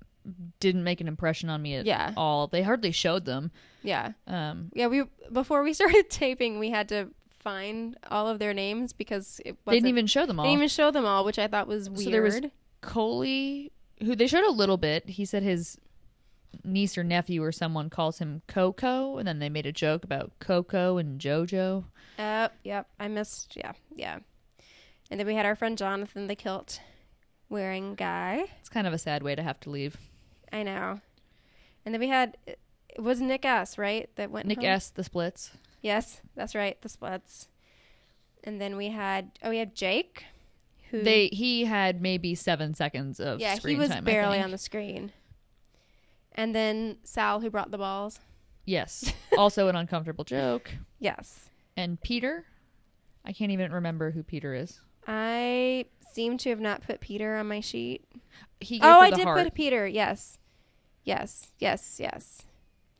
didn't make an impression on me at
Yeah.
all. They hardly showed them.
Yeah.
Um,
Yeah, we before we started taping, we had to find all of their names because it
they
wasn't,
didn't even show them
they
all.
didn't even show them all, which I thought was weird.
So there was- Coley, who they showed a little bit, he said his niece or nephew or someone calls him Coco, and then they made a joke about Coco and JoJo.
Uh, yep. I missed. Yeah, yeah. And then we had our friend Jonathan, the kilt wearing guy.
It's kind of a sad way to have to leave.
I know. And then we had it was Nick S. Right, that went.
Nick
home?
asked the splits.
Yes, that's right. The splits. And then we had oh we had Jake, who
They he had maybe seven seconds of
yeah
screen
he was
time, I
barely
think.
on the screen. And then Sal, who brought the balls.
yes. also an uncomfortable joke.
Yes.
And Peter, I can't even remember who Peter is.
I seem to have not put Peter on my sheet.
He gave
Oh,
her
I
the
did
heart.
put Peter. Yes. Yes. Yes. Yes.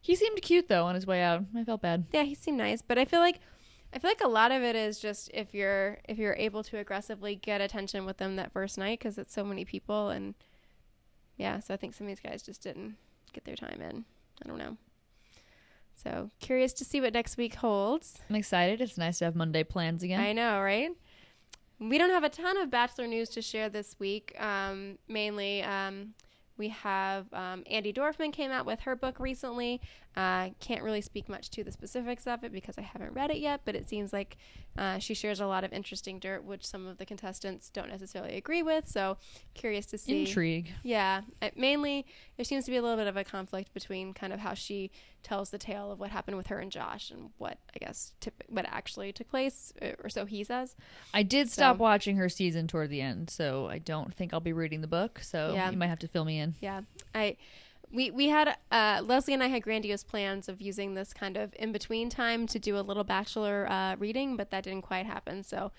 He seemed cute though on his way out. I felt bad.
Yeah, he seemed nice, but I feel like I feel like a lot of it is just if you're if you're able to aggressively get attention with them that first night cuz it's so many people and yeah, so I think some of these guys just didn't get their time in. I don't know. So, curious to see what next week holds.
I'm excited. It's nice to have Monday plans again.
I know, right? We don't have a ton of Bachelor news to share this week. Um, mainly, um, We have um, Andy Dorfman came out with her book recently. Uh, can't really speak much to the specifics of it because I haven't read it yet, but it seems like uh, she shares a lot of interesting dirt, which some of the contestants don't necessarily agree with. So curious to see.
Intrigue.
Yeah, uh, mainly there seems to be a little bit of a conflict between kind of how she tells the tale of what happened with her and Josh and what I guess tip- what actually took place, uh, or so he says.
I did stop
So-
watching her season toward the end, so I don't think I'll be reading the book. So
Yeah.
you might have to fill me in.
Yeah, I we we had uh, Leslie and I had grandiose plans of using this kind of in between time to do a little bachelor uh, reading, but that didn't quite happen. So.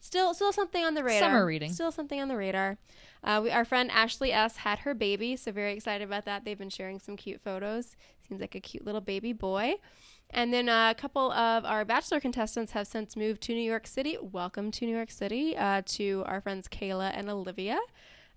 Still, still something on the radar.
Summer reading.
Still something on the radar. Uh, we, our friend Ashley S had her baby, so very excited about that. They've been sharing some cute photos. Seems like a cute little baby boy. And then uh, a couple of our bachelor contestants have since moved to New York City. Welcome to New York City uh, to our friends Kayla and Olivia.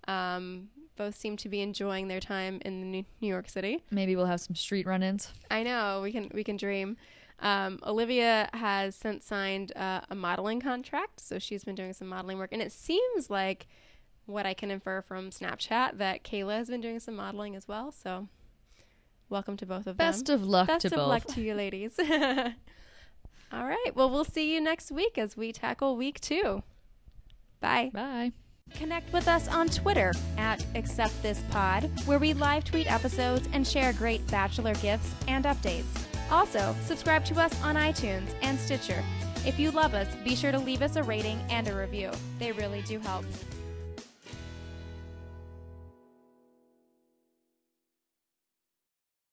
Um, both seem to be enjoying their time in New New York City.
Maybe we'll have some street run-ins.
I know we can we can dream. Um, Olivia has since signed uh, a modeling contract, so she's been doing some modeling work, and it seems like what I can infer from Snapchat that Kayla has been doing some modeling as well. So, welcome to both of them.
Best of luck
Best
to
of
both.
luck to you, ladies. All right. Well, we'll see you next week as we tackle week two. Bye.
Bye.
Connect with us on Twitter at AcceptThisPod, where we live tweet episodes and share great Bachelor gifts and updates. Also, subscribe to us on iTunes and Stitcher. If you love us, be sure to leave us a rating and a review. They really do help.